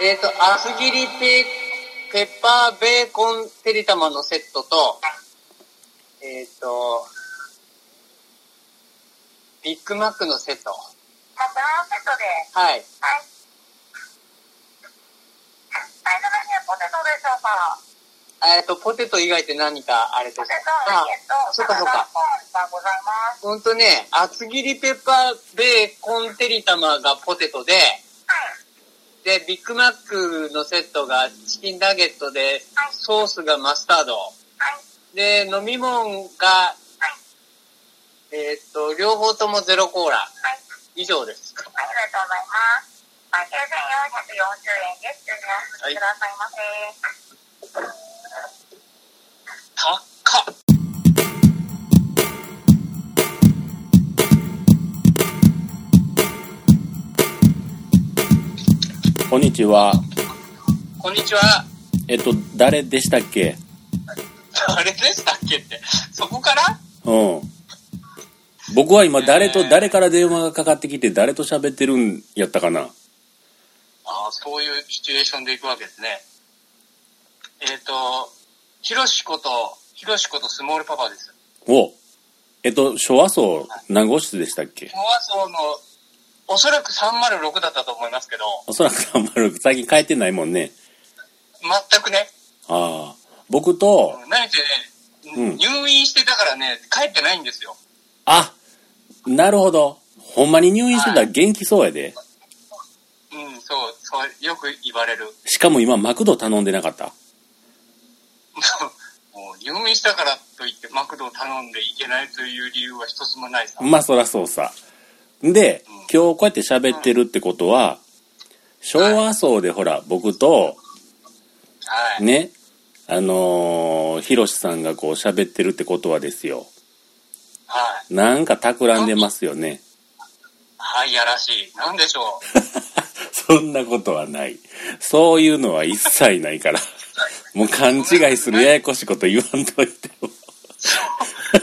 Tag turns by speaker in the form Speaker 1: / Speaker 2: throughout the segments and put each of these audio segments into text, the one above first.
Speaker 1: えっ、と、厚切りペペッパーベーコンてりたまのセットと、えっ、と、ビッグマックのセット。
Speaker 2: あ、バーセットで。
Speaker 1: はい。
Speaker 2: はい。最初だけはポテトでしょうか。
Speaker 1: えっ、と、ポテト以外って何かあれですか
Speaker 2: ポテト、えっと、
Speaker 1: そうかそうか。
Speaker 2: コーンがございます。
Speaker 1: ほんとね、厚切りペッパーベーコンてりたまがポテトで、
Speaker 2: はい。
Speaker 1: で、ビッグマックのセットがチキンナゲットで、
Speaker 2: はい
Speaker 1: ソースがマスタード。
Speaker 2: はい。
Speaker 1: で、飲み物が、
Speaker 2: はい。
Speaker 1: えーっと、両方ともゼロコーラ。
Speaker 2: はい。
Speaker 1: 以上です。
Speaker 2: ありがとうございます。まあ、9440円です。注文してくださいませ。
Speaker 1: 高っ
Speaker 3: こんにちは。
Speaker 1: こんにちは。
Speaker 3: えっと、誰でしたっけ
Speaker 1: 誰でしたっけって。そこから
Speaker 3: うん。僕は今誰と、誰から電話がかかってきて誰と喋ってるんやったかな
Speaker 1: ああ、そういうシチュエーションでいくわけですね。えーっ、と、ひろしこと、ひろしことスモールパパです。
Speaker 3: おえっと、昭和層何号室でしたっけ
Speaker 1: モアソーの、おそらく306だったと思いますけど、
Speaker 3: おそらく306、最近帰ってないもんね。
Speaker 1: 全くね、
Speaker 3: ああ。僕と、
Speaker 1: 何せね、
Speaker 3: うん
Speaker 1: 入院してたからね、帰ってないんですよ。
Speaker 3: あ、なるほど。ほんまに入院してた
Speaker 1: は
Speaker 3: ら元気そうやで。
Speaker 1: うん、そう、そう、よく言われる。
Speaker 3: しかも今、マクド頼んでなかった。
Speaker 1: もう入院したからといってマクドを頼んでいけないという理由は一つもないさ。
Speaker 3: まあ、そらそうさ。で、今日こうやって喋ってるってことは、昭和層でほら、僕と、
Speaker 1: はい。
Speaker 3: ね、あのー、ひろしさんがこう喋ってるってことはですよ。
Speaker 1: はい。
Speaker 3: なんか企んでますよね。
Speaker 1: はい、やらしい。なんでしょ
Speaker 3: そんなことはない。そういうのは一切ないから。 もう勘違いするややこしいこと言わんといても。。
Speaker 1: う。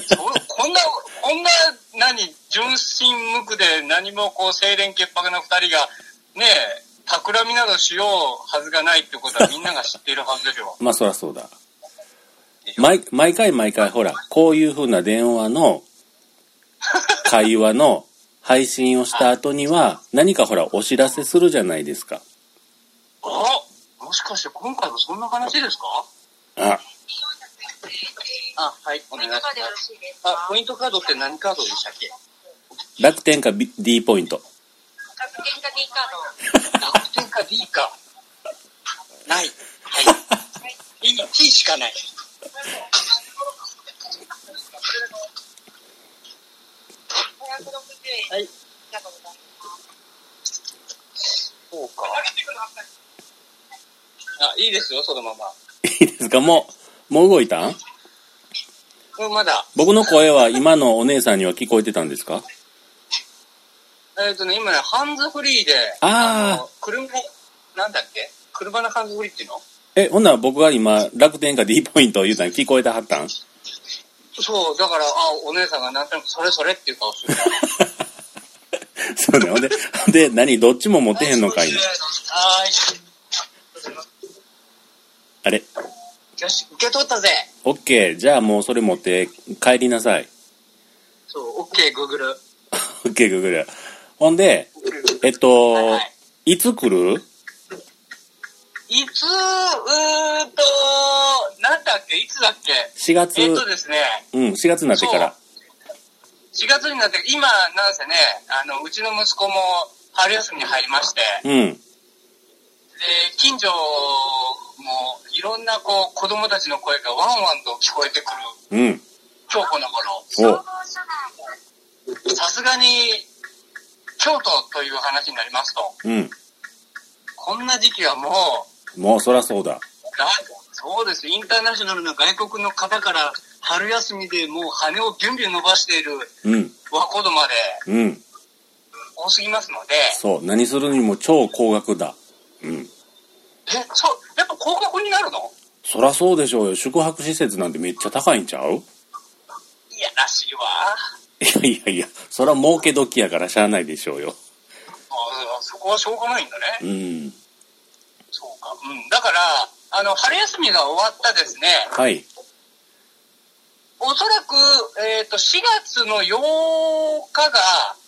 Speaker 1: そこんな、こんな、何、純真無垢で何もこう、清廉潔白な二人が、ねえ、企みなどしようはずがないってことはみんなが知っているはずですよ
Speaker 3: まあそらそうだ。
Speaker 1: でしょ
Speaker 3: 毎毎回毎回ほら、こういう風な電話の会話の配信をした後には何かほらお知らせするじゃないですか。
Speaker 1: あもしかして今回もそんな話ですか
Speaker 3: あ、
Speaker 1: あ、はい、お願いします。
Speaker 2: しいです
Speaker 1: あ、ポイントカードって何カードでしたっけ
Speaker 3: 楽天か B- D ポイント。
Speaker 2: 各店か D カード。
Speaker 1: 楽天か D か。 ない。はい。E、T しかない。
Speaker 2: 560円。あ
Speaker 1: はい。
Speaker 2: りがとうございます。
Speaker 1: そうか。あ、いいですよ、そのまま。
Speaker 3: いいですかもう、もう動いたん
Speaker 1: うん、まだ。
Speaker 3: 僕の声は今のお姉さんには聞こえてたんですか
Speaker 1: えっ、とね、今ね、ハンズフリーで、
Speaker 3: あー
Speaker 1: の車、なんだっけ車のハンズフリーっていうの
Speaker 3: え、ほんなら僕が今楽天か D ポイントを言うたん聞こえてはったん
Speaker 1: そう、だから、あ、お姉さんがなんとなく、それそれっていう顔してる。
Speaker 3: そうね。ほんで、ほんで、何どっちも持てへんのかいな。
Speaker 1: はーい。
Speaker 3: あれ
Speaker 1: よし、受け取ったぜ。
Speaker 3: オッケー。じゃあもうそれ持って帰りなさい。
Speaker 1: そう、オッケー、グーグル。
Speaker 3: オッケー、グーグル。ほんで、えっと、
Speaker 1: はい
Speaker 3: い
Speaker 1: はい
Speaker 3: つ来る
Speaker 1: いつ、うーんと、なんだっけいつだっけ
Speaker 3: ?4 月、
Speaker 1: えっとですね、
Speaker 3: うん、4月になってから。
Speaker 1: 4月になって、今、なんせね、あの、うちの息子も春休みに入りまして、
Speaker 3: うん。
Speaker 1: で、近所もいろんなこう、子供たちの声がワンワンと聞こえてくる、
Speaker 3: うん。
Speaker 1: 今日この頃。
Speaker 3: お
Speaker 1: さすがに、京都という話になりますと、
Speaker 3: うん。
Speaker 1: こんな時期はもう、
Speaker 3: もうそらそうだ。
Speaker 1: だそうです、インターナショナルの外国の方から、春休みでもう羽をビュンビュン伸ばしている
Speaker 3: うん。
Speaker 1: 若子まで
Speaker 3: うん。
Speaker 1: 多すぎますので、
Speaker 3: そう。何するにも超高額だ。うん。
Speaker 1: え、そう、やっぱ広角になるの
Speaker 3: そらそうでしょうよ。宿泊施設なんてめっちゃ高いんちゃう
Speaker 1: いやらしいわ。
Speaker 3: いやいやいや、そら儲け時やからしゃあないでしょうよ。
Speaker 1: あそこはしょうがないんだね。
Speaker 3: うん。
Speaker 1: そうか。うん。だから、あの、春休みが終わったですね、
Speaker 3: はい。
Speaker 1: おそらく、えっ、と、4月の8日が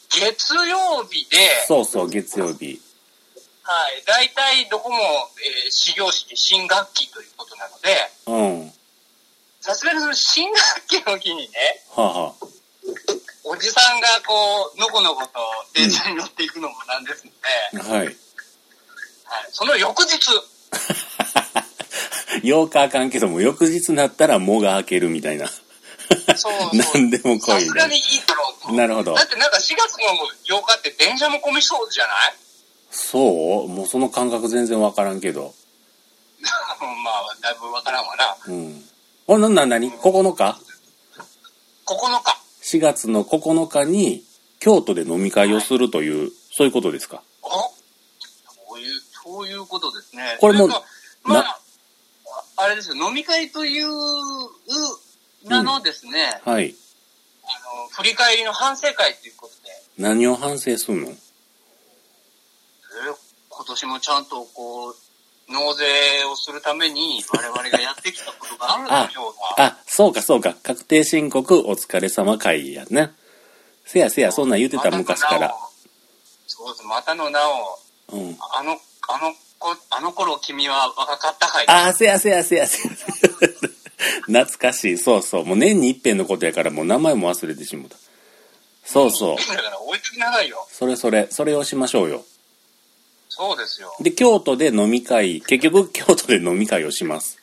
Speaker 1: 月曜日で、
Speaker 3: そうそう、月曜日。
Speaker 1: はい。大体どこも、えー始業式、新学期ということなので、
Speaker 3: うん。は
Speaker 1: さすがにその新学期の日にね、
Speaker 3: あ、はあ、
Speaker 1: おじさんがこう、のこのこと電車に乗っていくのもなんですので、
Speaker 3: はい。
Speaker 1: はい。その翌日、
Speaker 3: 8日あかんけども、翌日になったらもが開けるみたいな。
Speaker 1: そうそう。
Speaker 3: 何でも来
Speaker 1: さ
Speaker 3: い
Speaker 1: すがにいいだろうと。
Speaker 3: なるほど
Speaker 1: だ。ってなんか4月の8日って電車も混みそうじゃない
Speaker 3: そうもうその感覚全然わからんけど。
Speaker 1: うんまあ、だいぶわからんわな。
Speaker 3: うん。あ、な、な、なに ?9 日
Speaker 1: 9日。
Speaker 3: ?4 月の9日に京都で飲み会をするという、そういうことですか
Speaker 1: おそういう、そういうことですね。
Speaker 3: これも
Speaker 1: というかま
Speaker 3: な
Speaker 1: あ、あれですよ、飲み会という、名のですね、
Speaker 3: はい。
Speaker 1: あの、振り返りの反省会ということで、
Speaker 3: 何を反省すんの
Speaker 1: えー今年もちゃんとこう、納税をするために我々がやってきたことがあるんでしょうが。
Speaker 3: あ、そうかそうか。確定申告お疲れ様会やね。せやせや、そんなん言ってた昔から。。
Speaker 1: そうです、またの名を、
Speaker 3: うん。
Speaker 1: あの、あの子、あの頃君は若かったかい。
Speaker 3: あー、せやせやせやせや。 懐かしい。そうそう。もう年に一遍のことやから、もう名前も忘れてしもた。そうそう。
Speaker 1: だから追いつきなさいよ。
Speaker 3: それそれ、それをしましょうよ。
Speaker 1: そうですよ。
Speaker 3: で、京都で飲み会、結局京都で飲み会をします。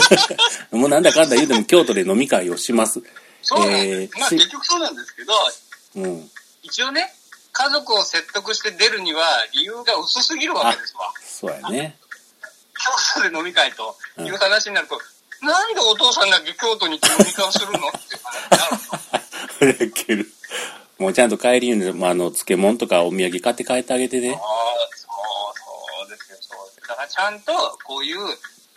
Speaker 3: もうなんだかんだ言うても京都で飲み会をします。
Speaker 1: そうなんです。
Speaker 3: えー
Speaker 1: まあ
Speaker 3: し
Speaker 1: 結局そうなんですけど、
Speaker 3: うん。
Speaker 1: 一応ね、家族を説得して出るには理由が薄すぎるわけですわ。
Speaker 3: そうやね。
Speaker 1: 京都で飲み会という話になると、なんでお父さんだけ京都に行って飲み会をするのって話になる の。
Speaker 3: いける。もうちゃんと帰りに、まあ、あの、漬物とかお土産買って帰ってあげてね
Speaker 1: あ。あ、そう、そうですよ、そうです。だからちゃんとこういう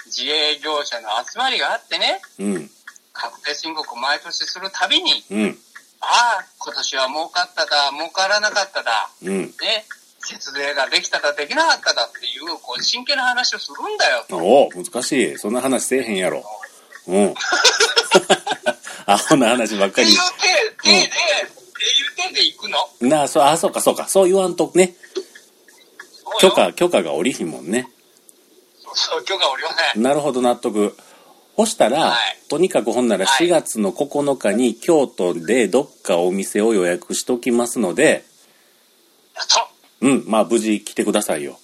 Speaker 1: 自営業者の集まりがあってね、
Speaker 3: うん。
Speaker 1: 確定申告を毎年するたびに、
Speaker 3: うん。
Speaker 1: ああ、今年は儲かっただ、儲からなかっただ、
Speaker 3: うん。
Speaker 1: ね、節税ができただ、できなかっただっていう、こう、真剣な話をするんだよ。
Speaker 3: おお、難しい。そんな話せえへんやろ。うん。 アホな話ばっ
Speaker 1: って
Speaker 3: か
Speaker 1: いう
Speaker 3: り。
Speaker 1: 手、手で、っていう手で行くの
Speaker 3: なあ、そう、あ、そうか、そうか。そう言わんとね。
Speaker 1: そう
Speaker 3: 許
Speaker 1: よ
Speaker 3: 可、許可がおりひんもんね。
Speaker 1: そう、許可おりません。
Speaker 3: なるほど、納得。ほしたら、
Speaker 1: はい
Speaker 3: とにかくほんなら
Speaker 1: はい
Speaker 3: 4月の9日に京都でどっかお店を予約しときますので、
Speaker 1: そう。
Speaker 3: うん、まあ無事来てくださいよ。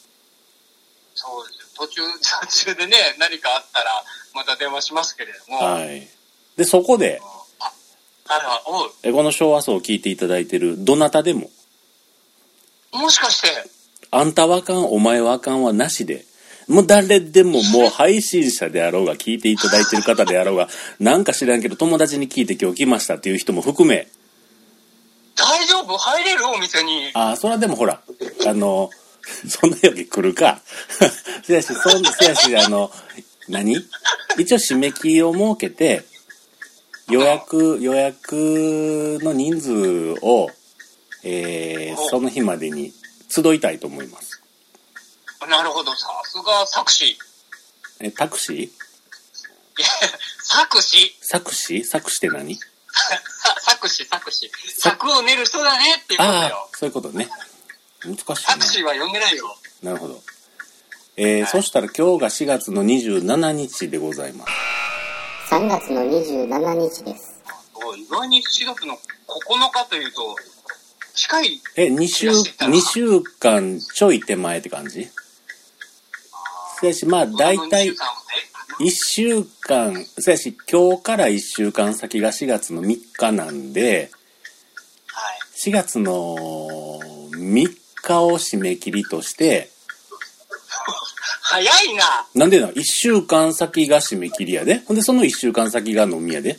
Speaker 1: そうですよ。途中、途中でね、何かあったら、また電話しますけれども。あ
Speaker 3: はい。で、そこで、
Speaker 1: ら、おう、
Speaker 3: えこの昭和層を聞いていただいてる、どなたでも、
Speaker 1: もしかして、
Speaker 3: あんたはあかん、お前はあかんはなしで、もう誰でももう配信者であろうが、聞いていただいてる方であろうが、なんか知らんけど友達に聞いて今日来ましたっていう人も含め、
Speaker 1: 大丈夫入れるお店に。
Speaker 3: ああ、それはでもほら、あの、 そんなより来るか。 せやし、そんせやし、あの、何一応締め切りを設けて、予約、予約の人数を、えー、その日までに集いたいと思います。
Speaker 1: なるほど、さすが、作詞。
Speaker 3: え、タクシー
Speaker 1: いや作詞。
Speaker 3: 作詞作詞って 何
Speaker 1: さ作詞、作詞。作を練る人だねっていうことだ
Speaker 3: あ
Speaker 1: よ。
Speaker 3: あ、そういうことね。難し
Speaker 1: 作
Speaker 3: い
Speaker 1: 詞は読んでないよ。
Speaker 3: な。なるほど。えーそしたら今日が4月の27日でございます。
Speaker 4: 3月の27日です。
Speaker 1: おい意外に4月の9日というと、近い。
Speaker 3: え、2週、
Speaker 1: いらっしゃったな
Speaker 3: 二週間ちょい手前って感じせやし、まあ、だいたい
Speaker 1: この23もね
Speaker 3: 1週間、せやし、今日から1週間先が4月の3日なんで、
Speaker 1: はい。
Speaker 3: 4月の3日を締め切りとして、
Speaker 1: 早いな。
Speaker 3: なんでな、1週間先が締め切りやで。ほんで、その1週間先が飲みやで。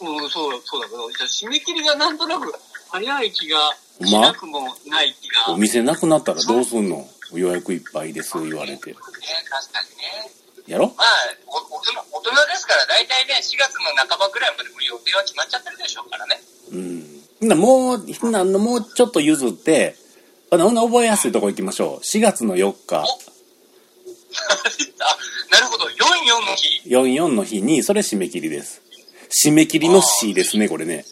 Speaker 1: うん、そう、そうだけど、じゃあ締め切りがなんとなく早い気が
Speaker 3: ほん
Speaker 1: し
Speaker 3: ま
Speaker 1: なくもない気が。
Speaker 3: お
Speaker 1: ね、
Speaker 3: 店なくなったらどうすんの予約いっぱいです、言われて。
Speaker 1: 確かにね。
Speaker 3: やろ
Speaker 1: まあ、お大人大人ですから、大体ね、4月の半ばぐらいまでも予定は決まっちゃってるでしょうからね。
Speaker 3: うん。なもう、なんのもうちょっと譲って、あのほんな覚えやすいとこ行きましょう。4月の4日。
Speaker 1: あ、なるほど。44の日。
Speaker 3: 44の日に、それ締め切りです。締め切りの C ですね、これね。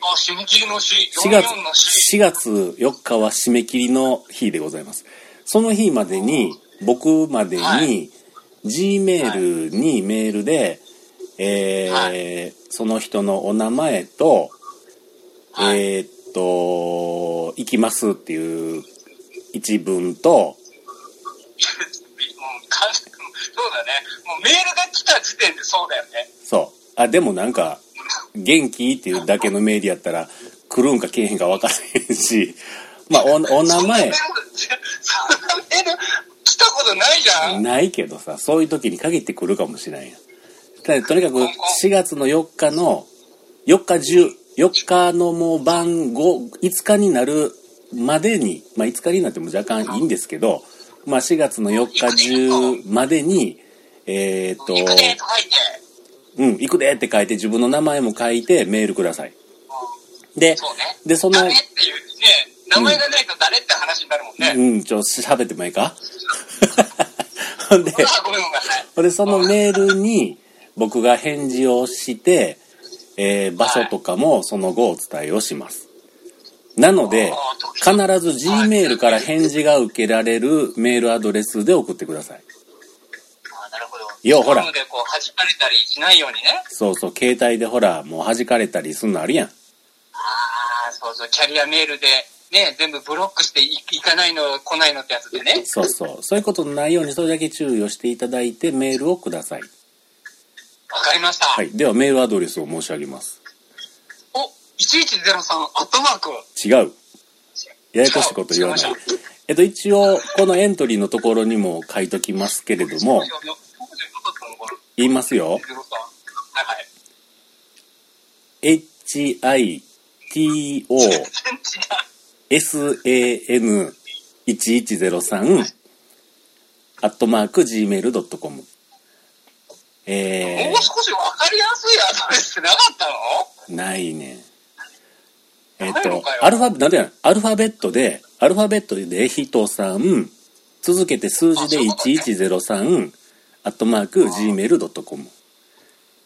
Speaker 1: あ、締め切りの日。
Speaker 3: 4月
Speaker 1: 44の日。、
Speaker 3: 4月4日は締め切りの日でございます。その日までに、僕まで
Speaker 1: は
Speaker 3: に、G メールにメールで、えー
Speaker 1: は
Speaker 3: その人のお名前と、
Speaker 1: はい
Speaker 3: えーっと、行きますっていう一文と、
Speaker 1: もう完全にそうだね。もうメールが来た時点でそうだよね。
Speaker 3: そう。あ、でもなんか、元気っていうだけのメールやったら、来るんか来えへんか分からへんし、まあ、お、お名前、
Speaker 1: そんなメール、来たことないじゃん。
Speaker 3: ないけどさ、そういう時に限って来るかもしれんやん。ただとにかく、4月の4日の、4日中、4日のもう晩後、5日になるまでに、まあ5日になっても若干いいんですけど、まあ4月の4日中までに、えーっと、
Speaker 1: 行くねと書いて。
Speaker 3: うん、行くでって書いて自分の名前も書いてメールください。で
Speaker 1: そうね、。
Speaker 3: で、その
Speaker 1: 誰、っていうね、名前がないと誰って話になるもんね。
Speaker 3: うん、ちょ、喋ってもいいか ほん で、
Speaker 1: あ、ごめんごめん。はい
Speaker 3: ほんで、そのメールに僕が返事をして、えー場所とかもその後お伝えをします。なので、必ず Gmail から返事が受けられるメールアドレスで送ってくださ
Speaker 1: あ
Speaker 3: い。
Speaker 1: なるほど。
Speaker 3: ようほら
Speaker 1: なので、こう、弾かれたりしないようにね。
Speaker 3: そうそう、携帯でほら、もう弾かれたりすんのあるやん。
Speaker 1: ああ、そうそう、キャリアメールで、ね、全部ブロックしていいかないの、来ないのってやつでね。
Speaker 3: そうそう。そういうことのないようにそれだけ注意をしていただいてメールをください。
Speaker 1: わかりました。
Speaker 3: はい。ではメールアドレスを申し上げます。
Speaker 1: お、1103アットマーク。
Speaker 3: 違う。ややこしいこと言わない。えっと、一応、このエントリーのところにも書いときますけれども、言いますよ。
Speaker 1: 1103はいはい。
Speaker 3: hito.san1103
Speaker 1: 全然違う。
Speaker 3: アットマーク gmail.com え
Speaker 1: もう少しわかりやすいアドレスなかったの
Speaker 3: ー、ないね。えっ
Speaker 1: ないの
Speaker 3: と
Speaker 1: か、よ
Speaker 3: アルファ、なんていうのアルファベットで、アルファベットで人さん、続けて数字で1103、アットマーク gmail.com。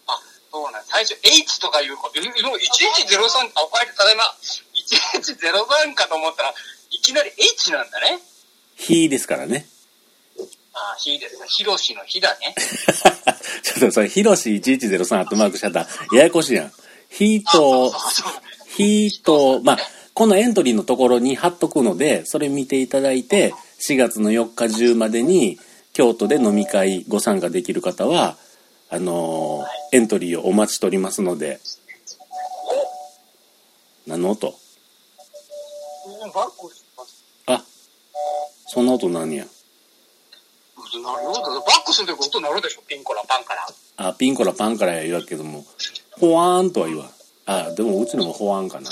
Speaker 1: あ、そうなん。最初 H とかいうこと、えもう1103、あ、おかえり、ただいま。1103かと思ったら、いきなり H なんだね。
Speaker 3: ひですからね。
Speaker 1: あ、ひですね。ひろしのひだね。
Speaker 3: ちょっとそれ、ひろし1103アットマークしちゃった。ややこしいやん。ヒー
Speaker 1: そ
Speaker 3: ト
Speaker 1: うそうそう
Speaker 3: ヒート、まあ、このエントリーのところに貼っとくので、それ見ていただいて、4月の4日中までに、京都で飲み会ご参加できる方は、あのーエントリーをお待ちしておりますので。何の音
Speaker 1: うんバックします。
Speaker 3: あ、そんな音何や。
Speaker 1: うんなるほど。バックするとことになるでしょ。ピンコラパンから。
Speaker 3: あ、ピンコラパンからや言うけども、ホワーンとは言わん。あ、でもうちのもホワーンかな。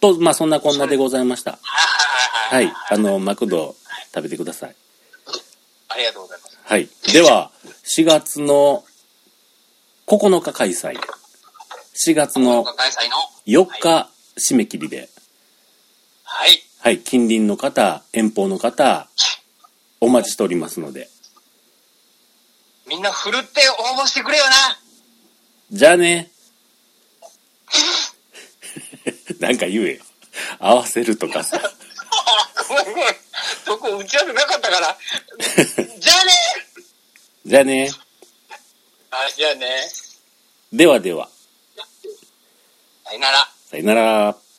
Speaker 3: と、まあそんなこんなでございました。
Speaker 1: はい
Speaker 3: はい。あの、マクド食べてください。
Speaker 1: ありがとうございます。
Speaker 3: はい。では、4月の9日開催。4月の
Speaker 1: 今回開催の。
Speaker 3: 4日締め切りで。
Speaker 1: はい。
Speaker 3: はい。近隣の方、遠方の方、お待ちしておりますので。
Speaker 1: みんな振るって応募してくれよな。
Speaker 3: じゃあね。 なんか言えよ。合わせるとかさ。
Speaker 1: ごめんごめん。そこ打ち合わせなかったから。 じゃあね
Speaker 3: じゃあね。
Speaker 1: あ、じゃあね。
Speaker 3: ではでは。
Speaker 1: さよなら。
Speaker 3: さよなら。